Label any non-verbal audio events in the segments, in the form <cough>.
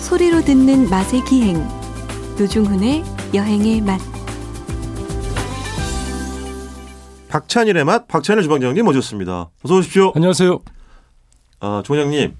소리로 듣는 맛의 기행 노중훈의 여행의 맛 박찬일의 맛 박찬일 주방장님 모셨습니다. 어서 오십시오. 안녕하세요. 아, 조장님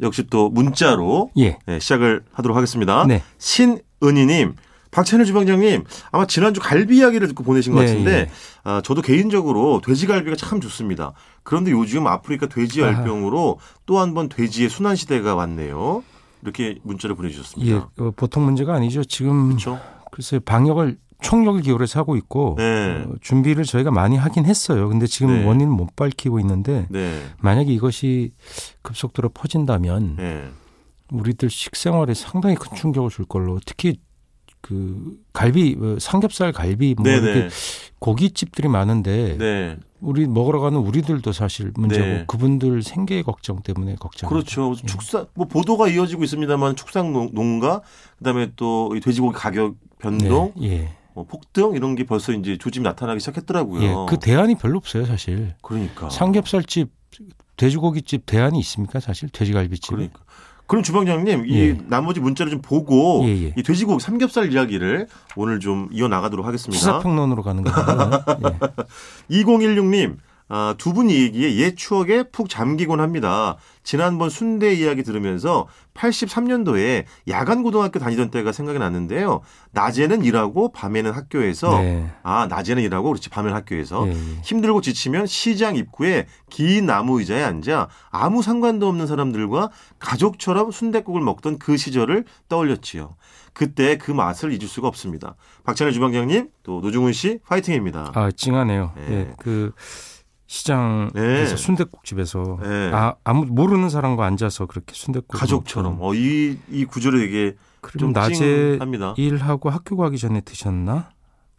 역시 또 문자로 예. 예, 시작을 하도록 하겠습니다. 네. 신은희님. 박찬일 주방장님 아마 지난주 갈비 이야기를 듣고 보내신 것 네, 같은데 예. 아, 저도 개인적으로 돼지갈비가 참 좋습니다. 그런데 요즘 아프리카 돼지 아하. 열병으로 또 한 번 돼지의 순환 시대가 왔네요. 이렇게 문자를 예, 보내주셨습니다. 어, 보통 문제가 아니죠. 지금 그렇죠? 글쎄 방역을 총력을 기울여서 하고 있고 네. 어, 준비를 저희가 많이 하긴 했어요. 근데 지금 네. 원인은 못 밝히고 있는데 네. 만약에 이것이 급속도로 퍼진다면 네. 우리들 식생활에 상당히 큰 충격을 줄 걸로 특히 그 갈비 어, 삼겹살 갈비 뭐 네. 이렇게 네. 고깃집들이 많은데 네. 우리 먹으러 가는 우리들도 사실 문제고 네. 그분들 생계 걱정 때문에 걱정. 그렇죠. 예. 축산 뭐 보도가 이어지고 있습니다만 축산 농- 농가 그다음에 또이 돼지고기 가격 변동, 네, 예. 뭐 폭등 이런 게 벌써 이제 조짐 나타나기 시작했더라고요. 그러니까. 예. 그 대안이 별로 없어요, 사실. 러니까 삼겹살집, 돼지고기집 대안이 있습니까? 사실 돼지갈비집. 은 그러니까. 그럼 주방장님 이 예. 나머지 문자를 좀 보고 예, 예. 이 돼지고기 삼겹살 이야기를 오늘 좀 이어 나가도록 하겠습니다. 시사평론으로 가는 <laughs> 거예요. 2016님, 아, 두 분 얘기에 옛 추억에 푹 잠기곤 합니다. 지난번 순대 이야기 들으면서 83년도에 야간 고등학교 다니던 때가 생각이 났는데요. 낮에는 일하고 밤에는 학교에서 네. 아 낮에는 일하고 그렇지 밤에는 학교에서 예, 예. 힘들고 지치면 시장 입구에 긴 나무 의자에 앉아 아무 상관도 없는 사람들과 가족처럼 순댓국을 먹던 그 시절을 떠올렸지요. 그때 그 맛을 잊을 수가 없습니다. 박찬일 주방장님 또 노중훈 씨 파이팅입니다. 아, 찡하네요. 네. 예. 그 시장에서 네. 순댓국집에서 네. 아, 아무 모르는 사람과 앉아서 그렇게 순댓국 가족처럼 어, 이, 이 구조를 되게 그럼 좀 낮에 찡합니다. 일하고 학교 가기 전에 드셨나?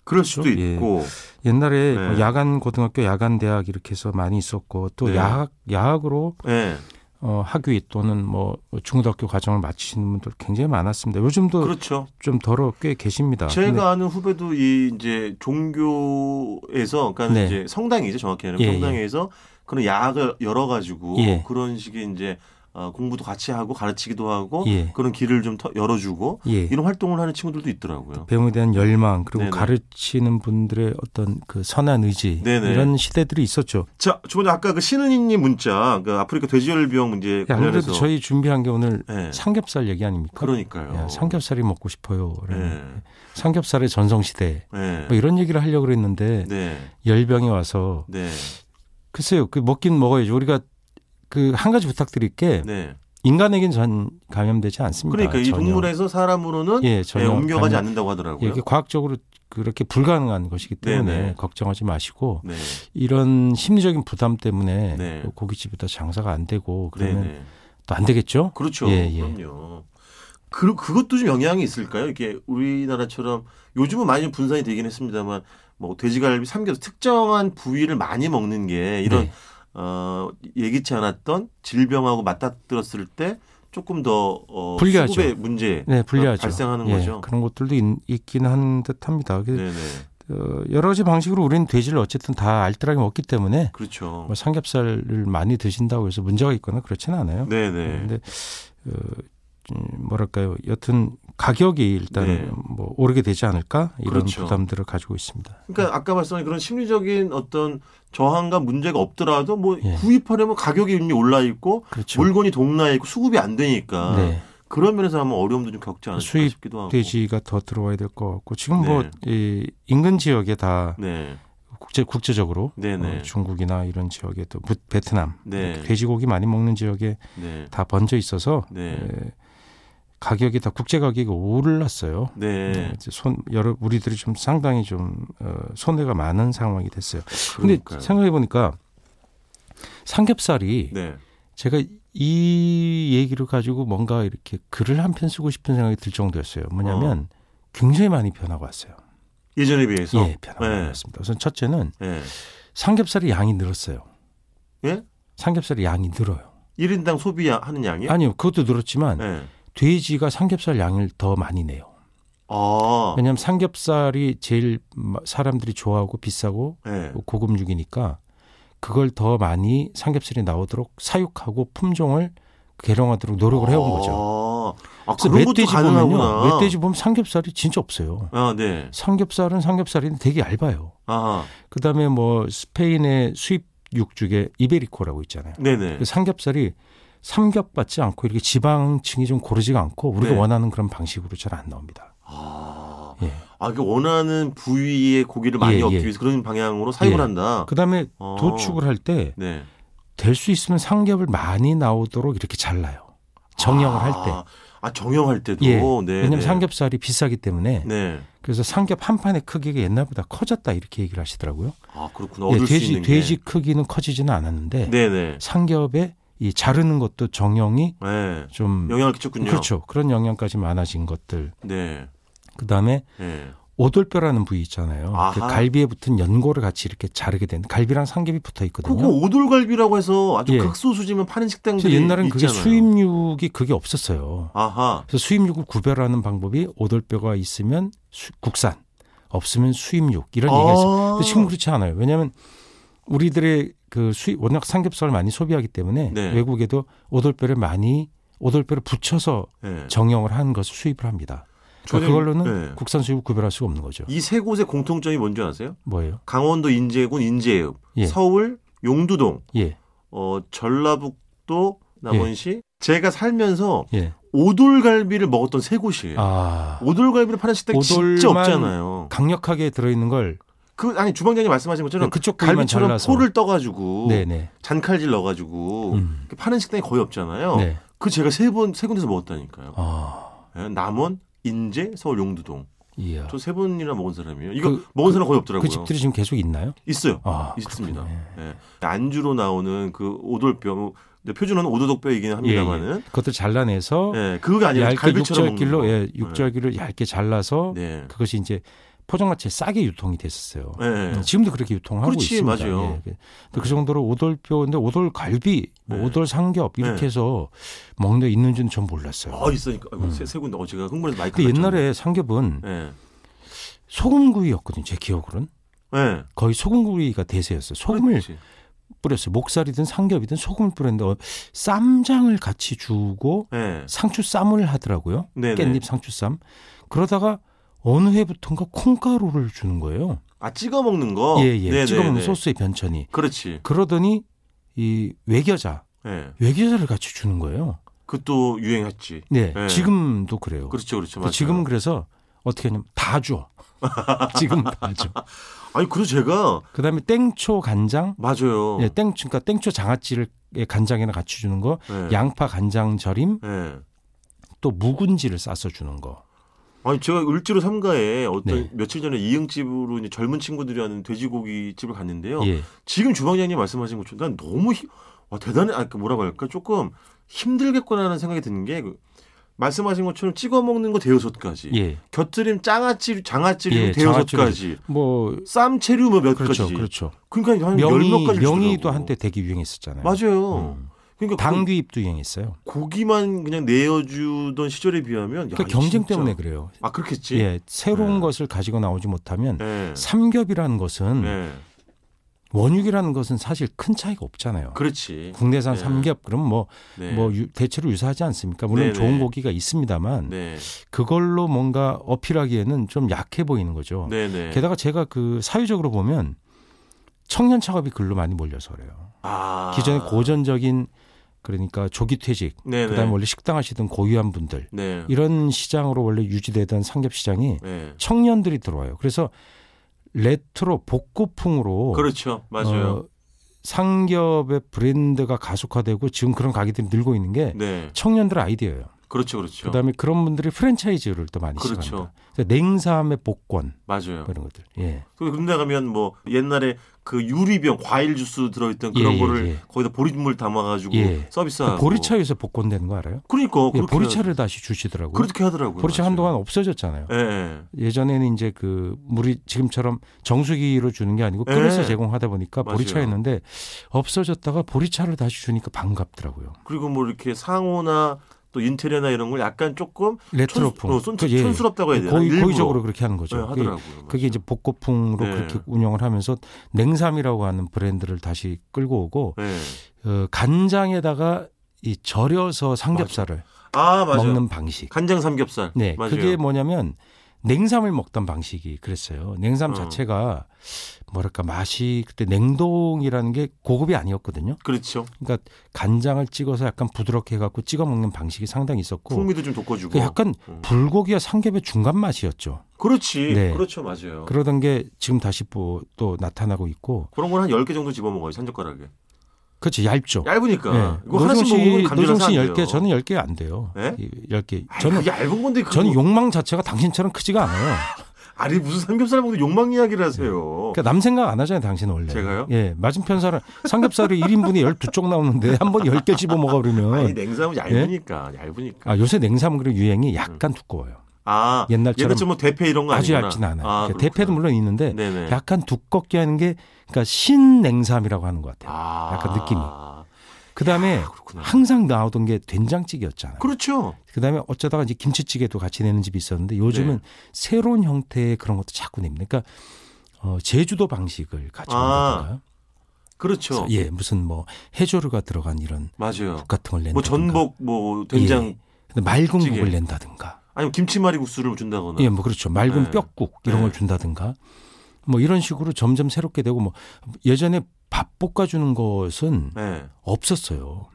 그럴 수도 그렇죠? 예. 있고 옛날에 네. 뭐 야간 고등학교 야간 대학 이렇게 해서 많이 있었고 또 네. 야학 야학으로 예. 어, 학위 또는 뭐 중고등학교 과정을 마치시는 분들 굉장히 많았습니다. 요즘도 그렇죠. 좀 더러 꽤 계십니다. 근데 제가 아는 후배도 이 이제 종교에서 그러니까 네. 이제 성당이죠 정확히 말하면 예, 성당에서 그런 야학을 열어 가지고 예. 그런 식의 이제 어, 공부도 같이 하고 가르치기도 하고 예. 그런 길을 좀 터- 열어주고 예. 이런 활동을 하는 친구들도 있더라고요. 배움에 대한 열망 그리고 네네. 가르치는 분들의 어떤 그 선한 의지 네네. 이런 시대들이 있었죠. 자, 주번에 아까 그 신은희님 문자, 그 아프리카 돼지열병 문제 예, 아무래도 관련해서 저희 준비한 게 오늘 예. 삼겹살 얘기 아닙니까? 그러니까요. 야, 삼겹살이 먹고 싶어요. 라는 예. 삼겹살의 전성시대 예. 뭐 이런 얘기를 하려고 그랬는데 네. 열병이 와서 네. 글쎄요 그 먹긴 먹어야죠. 우리가 그 한 가지 부탁드릴 게 네. 인간에겐 전 감염되지 않습니다. 그러니까 이 전혀. 동물에서 사람으로는 예, 예, 전혀 옮겨가지 감염- 않는다고 예, 하더라고요. 이게 과학적으로 그렇게 불가능한 것이기 때문에 네네. 걱정하지 마시고 네. 이런 심리적인 부담 때문에 네. 고깃집에다 장사가 안 되고 그러면 네네. 또 안 되겠죠? 그렇죠. 예, 예. 그럼요. 그, 그것도 좀 영향이 있을까요? 이렇게 우리나라처럼 요즘은 많이 분산이 되긴 했습니다만 뭐 돼지갈비, 삼겹살 특정한 부위를 많이 먹는 게 이런 네. 어, 예기치 않았던 질병하고 맞닥뜨렸을 때 조금 더 어, 불리하죠. 수급의 문제 네, 불리하죠. 발생하는 예, 거죠. 그런 것들도 있, 긴 한 듯합니다. 그래서 네네 어, 여러 가지 방식으로 우리는 돼지를 어쨌든 다 알뜰하게 먹기 때문에 그렇죠. 뭐 삼겹살을 많이 드신다고 해서 문제가 있거나 그렇지는 않아요. 네네 근데 어, 좀 뭐랄까요? 여튼 가격이 일단 네. 뭐 오르게 되지 않을까 이런 그렇죠. 부담들을 가지고 있습니다. 그러니까 아까 말씀하신 그런 심리적인 어떤 저항과 문제가 없더라도 뭐 예. 구입하려면 가격이 이미 올라 있고 그렇죠. 물건이 동나 있고 수급이 안 되니까 네. 그런 면에서 한번 어려움도 좀 겪지 않을까 수입 싶기도 하고. 돼지가 더 들어와야 될 것 같고 지금 어. 네. 뭐 이, 인근 지역에 다 네, 국제 국제적으로 네네. 어, 중국이나 이런 지역에 또 부- 베트남 네. 이렇게 돼지고기 많이 먹는 지역에 네, 다 번져 있어서 네. 에, 가격이 다 국제 가격이 올랐어요. 네. 어, 이제 손 여러 우리들이 좀 상당히 좀 어, 손해가 많은 상황이 됐어요. 근데 그러니까요. 생각해 보니까 삼겹살이 네, 제가 이 얘기를 가지고 뭔가 이렇게 글을 한 편 쓰고 싶은 생각이 들 정도였어요. 뭐냐면 굉장히 많이 변하고 왔어요. 예전에 비해서. 예, 변하고 네. 왔습니다. 우선 첫째는 네. 삼겹살의 양이 늘었어요. 예? 삼겹살의 양이 늘어요. 1인당 소비하는 양이? 아니요, 그것도 늘었지만 예? 네. 돼지가 삼겹살 양을 더 많이 내요. 아, 왜냐하면 삼겹살이 제일 마- 사람들이 좋아하고 비싸고 네. 고급육이니까 그걸 더 많이 어. 삼겹살이 나오도록 사육하고 품종을 개량하도록 노력을 해온 거죠. 아, 아, 그런 것도 가능하구나. 보면요. 멧돼지 보면 삼겹살이 진짜 없어요. 아, 네. 삼겹살은 삼겹살인데 되게 얇아요. 아, 그다음에 뭐 스페인의 수입 육 중에 이베리코라고 있잖아요. 네네. 그 삼겹살이 삼겹받지 않고 이렇게 지방층이 좀 고르지가 않고 우리가 네. 원하는 그런 방식으로 잘 안 나옵니다. 아, 예. 아, 이게 원하는 부위의 고기를 많이 예, 얻기 예. 위해서 그런 방향으로 사용을 예. 한다. 그다음에 어. 도축을 할 때 될 수 네. 있으면 삼겹을 많이 나오도록 이렇게 잘라요. 정형을 할 때. 아, 아, 정형할 때도. 예. 네. 왜냐하면 네. 삼겹살이 비싸기 때문에 네. 그래서 삼겹 한 판의 크기가 옛날보다 커졌다 이렇게 얘기를 하시더라고요. 아, 그렇구나. 예, 얻을 수 돼지 있는 돼지 게. 크기는 커지지는 않았는데 네네. 삼겹에 이 자르는 것도 정형이 네. 좀 영향을 끼쳤군요. 그렇죠. 그런 영향까지 많아진 것들. 네. 그다음에 네. 오돌뼈라는 부위 있잖아요. 아하. 그 갈비에 붙은 연골을 같이 이렇게 자르게 된 갈비랑 삼겹이 붙어 있거든요. 그거 오돌갈비라고 해서 아주 예. 극소수지만 파는 그래서 식당들이 옛날엔 그게 있잖아요. 수입육이 그게 없었어요. 아하. 그래서 수입육을 구별하는 방법이 오돌뼈가 있으면 수- 국산, 없으면 수입육 이런 얘기가 있어요. 아. 근데 지금 그렇지 않아요. 왜냐하면 우리들의 그 수입 워낙 삼겹살을 많이 소비하기 때문에 네. 외국에도 오돌뼈를 많이 오돌뼈를 붙여서 네. 정형을 한 것을 수입을 합니다. 저는- 그러니까 그걸로는 네. 국산 수입을 구별할 수가 없는 거죠. 이세 곳의 공통점이 뭔지 아세요? 뭐예요? 강원도 인제군 인제읍, 예. 서울 용두동, 예, 어, 전라북도 남원시. 제가 살면서 예. 오돌갈비를 먹었던 세 곳이에요. 아 오돌갈비를 파는 식당이 진짜 오돌만- 없잖아요. 강력하게 들어있는 걸 그 아니 주방장님 말씀하신 것처럼 네, 그쪽 부위만 갈비처럼 잘라서. 포를 떠가지고 네네. 잔칼질 넣어가지고 음. 그 파는 식당이 거의 없잖아요. 네. 그 제가 세 번 세 군데서 먹었다니까요. 아, 예, 남원, 인제, 서울 용두동. 이야. 저 세 번이나 먹은 사람이에요. 이거 그- 먹은 사람 거의 없더라고요. 그 집들이 지금 계속 있나요? 있어요. 아, 있습니다. 그렇군요. 예. 예. 안주로 나오는 그 오돌뼈, 근데 표준어는 오도독뼈이기는 합니다만은, 예, 그것도 잘라내서 예, 그게 아니라 어? 얇게 갈비처럼 먹는 육절길로 거. 예, 육절기를 얇게 잘라서 네. 그것이 이제 포장마차에 싸게 유통이 됐었어요. 음, 예, 예. 지금도 그렇게 유통하고 그렇지, 있습니다. 맞아요. 예. 근데 그 정도로 오돌뼈, 근데 오돌갈비, 뭐 네. 오돌삼겹 이렇게 네. 해서 먹는 데 있는지는 전 몰랐어요. 아 있으니까 아이고, 세, 세 군데 어 제가 흥분해서 마이크. 근데 옛날에 삼겹은 예, 소금구이였거든요. 제 기억으로는 예. 거의 소금구이가 대세였어요. 소금을 그렇지. 뿌렸어요. 목살이든 삼겹이든 소금을 뿌렸는데 어, 쌈장을 같이 주고 예. 상추 쌈을 하더라고요. 네네. 깻잎 상추 쌈. 그러다가 어느 해부턴가 콩가루를 주는 거예요. 아 찍어 먹는 거. 예, 예. 네, 찍어 먹는 네, 네. 소스의 변천이. 그렇지. 그러더니 이 외겨자, 예. 외겨자를 같이 주는 거예요. 그것도 유행했지. 네. 네. 지금도 그래요. 그러니까 그렇죠, 그렇죠. 맞아요. 지금은 그래서 어떻게 하냐면 다 <laughs> 줘. 지금 다 줘. 아니 그래서 제가 그다음에 땡초 간장, 맞아요. 예, 땡초 그러니까 땡초 장아찌를 예, 간장이나 같이 주는 거, 예. 양파 간장 절임, 예. 또 묵은지를 싸서 주는 거. 아니 제가 을지로 삼가에 어떤 네. 며칠 전에 이응집으로 이제 젊은 친구들이 하는 돼지고기 집을 갔는데요. 예. 지금 주방장님 말씀하신 것처럼 난 너무 힘, 와, 대단해. 아, 그 뭐라고 할까? 조금 힘들겠구나라는 생각이 드는 게그 말씀하신 것처럼 찍어 먹는 거 대여섯까지. 예. 곁들임 장아찌 장아찌류 예, 대여섯까지. 뭐 쌈채류 뭐몇 그렇죠. 가지. 그렇죠. 러니까한 열몇 가지 명이 명이도 주더라고. 한때 되게 유행했었잖아요. 맞아요. 음. 그러니까 그 당귀잎도 유행했어요. 고기만 그냥 내어주던 시절에 비하면 야, 그러니까 경쟁 진짜. 때문에 그래요. 아 그렇겠지. 예, 새로운 네. 것을 가지고 나오지 못하면 예. 삼겹이라는 것은 예. 원육이라는 것은 사실 큰 차이가 없잖아요. 그렇지. 국내산 네. 삼겹 그럼 뭐 뭐 네. 대체로 유사하지 않습니까? 물론 네, 네. 좋은 고기가 있습니다만 네. 그걸로 뭔가 어필하기에는 좀 약해 보이는 거죠. 네, 네. 어. 게다가 제가 그 사회적으로 보면 청년 창업이 글로 많이 몰려서 그래요. 아. 기존의 고전적인 그러니까 조기 퇴직 네, 그다음에 뭐 네. 원래 식당 하시던 고유한 분들 네. 이런 시장으로 원래 유지되던 삼겹 시장이 네. 청년들이 들어와요. 그래서 레트로 복고풍으로 그렇죠. 맞아요. 어, 상겹의 브랜드가 가속화되고 지금 그런 가게들이 늘고 있는 게 네. 청년들 아이디어예요. 그렇죠. 그렇죠. 어. 그다음에 그런 분들이 프랜차이즈를 또 많이 그렇죠. 네. 시작합니다. 그래서 냉삼의 복권 맞아요. 뭐 이런 것들. 예. 그 군대 가면 뭐 옛날에 그 유리병 과일 주스 들어있던 그런 예, 예, 거를 예. 거기다 보리물 담아가지고 예. 서비스하고. 보리차에서 복권 되는 거 알아요? 그러니까 예, 그렇게 그렇죠. 보리차를 다시 주시더라고요. 그렇게 하더라고요. 보리차 맞아요. 한동안 없어졌잖아요. 예. 예. 예전에는 이제 그 물이 지금처럼 정수기로 주는 게 아니고 예. 끓여서 제공하다 보니까 맞아요. 보리차였는데 없어졌다가 보리차를 다시 주니까 반갑더라고요. 그리고 뭐 이렇게 상호나 또 인테리어나 이런 걸 약간 조금 레트로풍. 촌, 어, 촌, 그, 예. 촌스럽다고 해야 되나? 고의, 일부러. 고의적으로 그렇게 하는 거죠. 예, 그게- 하더라고요. 그게 이제 복고풍으로 네. 그렇게 운영을 하면서 냉삼이라고 하는 브랜드를 다시 끌고 오고 예. 어, 간장에다가 이 절여서 삼겹살을 아 맞아요. 먹는 방식. 간장 삼겹살. 네, 맞아요. 그게 뭐냐면 냉삼을 먹던 방식이 그랬어요. 냉삼 어. 자체가 뭐랄까 맛이 그때 냉동이라는 게 고급이 아니었거든요. 그렇죠. 그러니까 간장을 찍어서 약간 부드럽게 해갖고 찍어 먹는 방식이 상당히 있었고 풍미도 좀 돋궈주고. 그 약간 음. 불고기와 삼겹의 중간 맛이었죠. 그렇지. 네. 그렇죠. 맞아요. 그... 그러던 게 지금 다시 뭐 또 나타나고 있고 런 건 한 10개 정도 집어먹어요. 한 젓가락에. 그렇죠 얇죠. 얇으니까. 그러니까 이거 네. 노종 하나씩 먹으면 씨, 노종 감질나서 씨 안 10개, 돼요. 저는 10개 안 돼요. 예? 이 10개. 아이, 저는 그게 얇은 건데 그거... 뭐- 저는 욕망 자체가 당신처럼 크지가 않아요. 아니 무슨 삼겹살 먹는 욕망 이야기를 하세요. 그러니까 남 생각 안 하잖아요, 당신은 원래. 제가요? 예. 맞은편 사람 삼겹살을 1인분이 12쪽 나오는데 한 번에 10개 집어 먹어 아니 네. 그러면 냉삼은 얇으니까 얇으니까. 아, 요새 냉삼 그런 유행이 약간 두꺼워요. 아 옛날처럼 옛날처럼 뭐 대패 이런 거 아주 음. 아니구나. 얇진 않아요. 아, 그러니까 대패도 물론 있는데 네네. 약간 두껍게 하는 게 그러니까 신냉삼이라고 하는 것 같아요. 아, 약간 느낌이. 네. 그다음에 그렇구나. 항상 나오던 게 된장찌개였잖아요. 그렇죠. 그다음에 어쩌다가 이제 김치찌개도 같이 내는 집이 있었는데 요즘은 네. 새로운 형태의 그런 것도 자꾸 냅니다. 그러니까 어, 제주도 방식을 가져온다든가 아, 그렇죠. 예, 무슨 뭐 해조류가 들어간 이런 맞아요. 국 같은 걸 낸다든가 뭐 전복 뭐 된장 그러니까. 예. 근데 맑은 찌개. 국을 낸다든가 아니면 김치말이 국수를 준다거나. 예, 뭐 그렇죠. 맑은 네. 뼈국 이런 네. 걸 준다든가 뭐 이런 식으로 점점 새롭게 되고 뭐 예전에 밥 볶아주는 것은 네. 없었어요.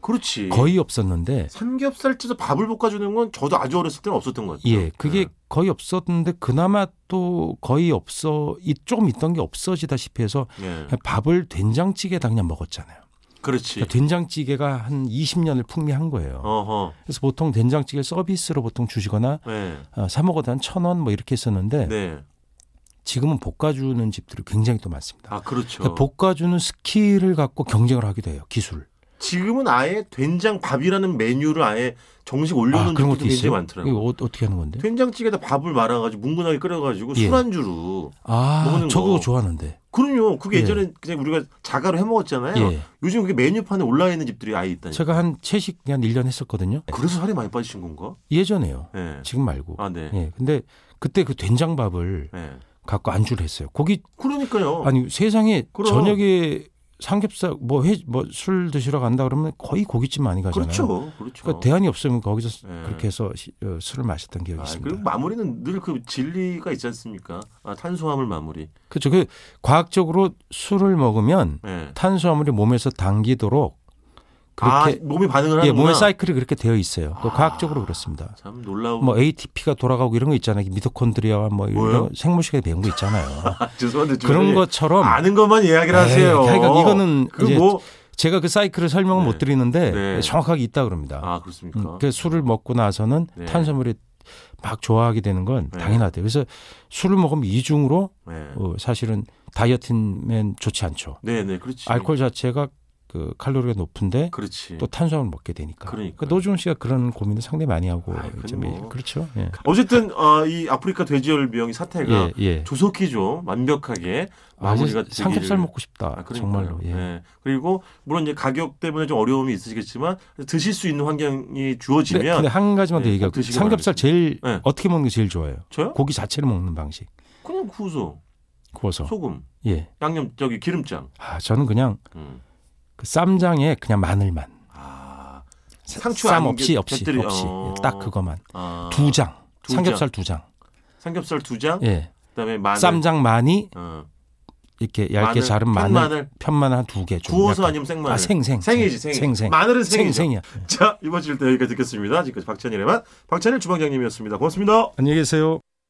그렇지. 거의 없었는데 삼겹살 쪄서 밥을 볶아주는 건 저도 아주 어렸을 때는 없었던 것 같아요. 예, 그게 거의 없었는데 그나마 또 거의 없어 이 조금 있던 게 없어지다시피 해서 예. 예. 그냥 밥을 된장찌개다 그냥 먹었잖아요. 그렇지. 그러니까 된장찌개가 한 20년을 풍미한 거예요. 예. 어허. 그래서 보통 된장찌개 서비스로 보통 주시거나 네. 아, 사 먹어도 한 천 원 뭐 이렇게 했었는데 네. 지금은 볶아주는 집들이 굉장히 또 많습니다. 아 그렇죠. 그러니까 볶아주는 스킬을 갖고 경쟁을 하기도 해요. 기술. 지금은 아예 된장 밥이라는 메뉴를 아예 정식 올려놓은 아, 집도 그런 것도 굉장히 있어요. 많더라고요. 네. 이거 어, 떻게 하는 건데? 된장찌개에다 밥을 말아가지고 뭉근하게 끓여가지고 예. 술안주로. 아, 먹는 저거 거. 좋아하는데. 그럼요. 그게 예. 예전에 그냥 우리가 자가로 해먹었잖아요. 네. 예. 요즘 그게 메뉴판에 올라 있는 집들이 아예 있다니까. 제가 한 채식 한 1년 했었거든요. 그래서 살이 많이 빠지신 건가? 예전에요. 예. 지금 말고. 아 네. 예. 근데 그때 그 된장밥을 예. 갖고 안주를 했어요. 고기 그러니까요. 아니 세상에 어. 그럼. 저녁에 삼겹살 뭐회뭐술 드시러 간다 그러면 거의 고깃집 많이 가잖아요. 그렇죠. 그렇죠. 그러니까 대안이 없으면 거기서 예. 그렇게 해서 시- 어, 술을 마셨던 기억이 아, 있습니다. 그리고 마무리는 늘 그 진리가 있지 않습니까? 아, 탄수화물 마무리. 그렇죠. 그 과학적으로 술을 먹으면 예. 탄수화물이 몸에서 당기도록 그렇게 아, 몸이 반응을 아. 하는 예, 몸의 사이클이 그렇게 되어 있어요. 그 과학적으로 그렇습니다. 참 놀라운. 뭐 ATP가 돌아가고 이런 거 있잖아요. 그 미토콘드리아와 뭐 뭐요? 이런 생물식에 배운 거 있잖아요. <laughs> <laughs> 아, 죄송한데 그런 주변에 것처럼 아는 것만 이야기를 에이, 하세요. 하여간 이거는 이제 그뭐 제가 그 사이클을 설명을 네. 못 드리는데 네. 정확하게 있다 그럽니다. 아, 그렇습니까? 음, 그 술을 먹고 나서는 네. 탄수화물이 막 좋아하게 되는 건 네. 당연하대요. 그래서 술을 먹으면 이중으로 네. 어, 사실은 다이어트맨 좋지 않죠. 네, 네, 그렇지. 알코올 자체가 그 칼로리가 높은데 그렇지. 또 탄수화물 먹게 되니까. 네. 그러니까요. 노지훈 씨가 그런 고민을 상당히 많이 하고 아이, 근데 이제 뭐. 매일- 그렇죠. 예. 어쨌든 어, 이 아프리카 돼지열병 사태가 예, 예. 조속히 좀 완벽하게 아, 이제 마무리가 되기를- 삼겹살 먹고 싶다. 아, 그러니까요. 정말로. 예. 네. 그리고 물론 이제 가격 때문에 좀 어려움이 있으시겠지만 드실 수 있는 환경이 근데, 주어지면 네, 근데 한 가지만 더 예, 얘기하고 드시기 삼겹살 바라겠습니다. 제일 네. 어떻게 먹는 게 제일 좋아요? 저요? 고기 자체를 먹는 방식. 그냥 구워서 구워서. 소금, 예. 양념 저기 기름장. 아, 저는 그냥 음. 그 쌈장에 그냥 마늘만. 아, 사- 상추 쌈 안 없이 없이 곁들여. 없이 어. 예, 딱 그거만. 아, 두 장. 두 삼겹살 두 장. 삼겹살 두 장, 예. 그다음에 마늘, 쌈장 많이 어, 이렇게 얇게 마늘, 자른 큰 마늘, 마늘. 편마늘 한 두 개 좀. 구워서 약간. 아니면 생마늘? 아, 생생. 네. 생이지 생. 생생. 마늘은 생이죠. 생생이야. 자 이번 주일 때 여기까지 듣겠습니다. 지금까지 박찬일의 맛 박찬일 주방장님이었습니다. 고맙습니다. 안녕히 계세요.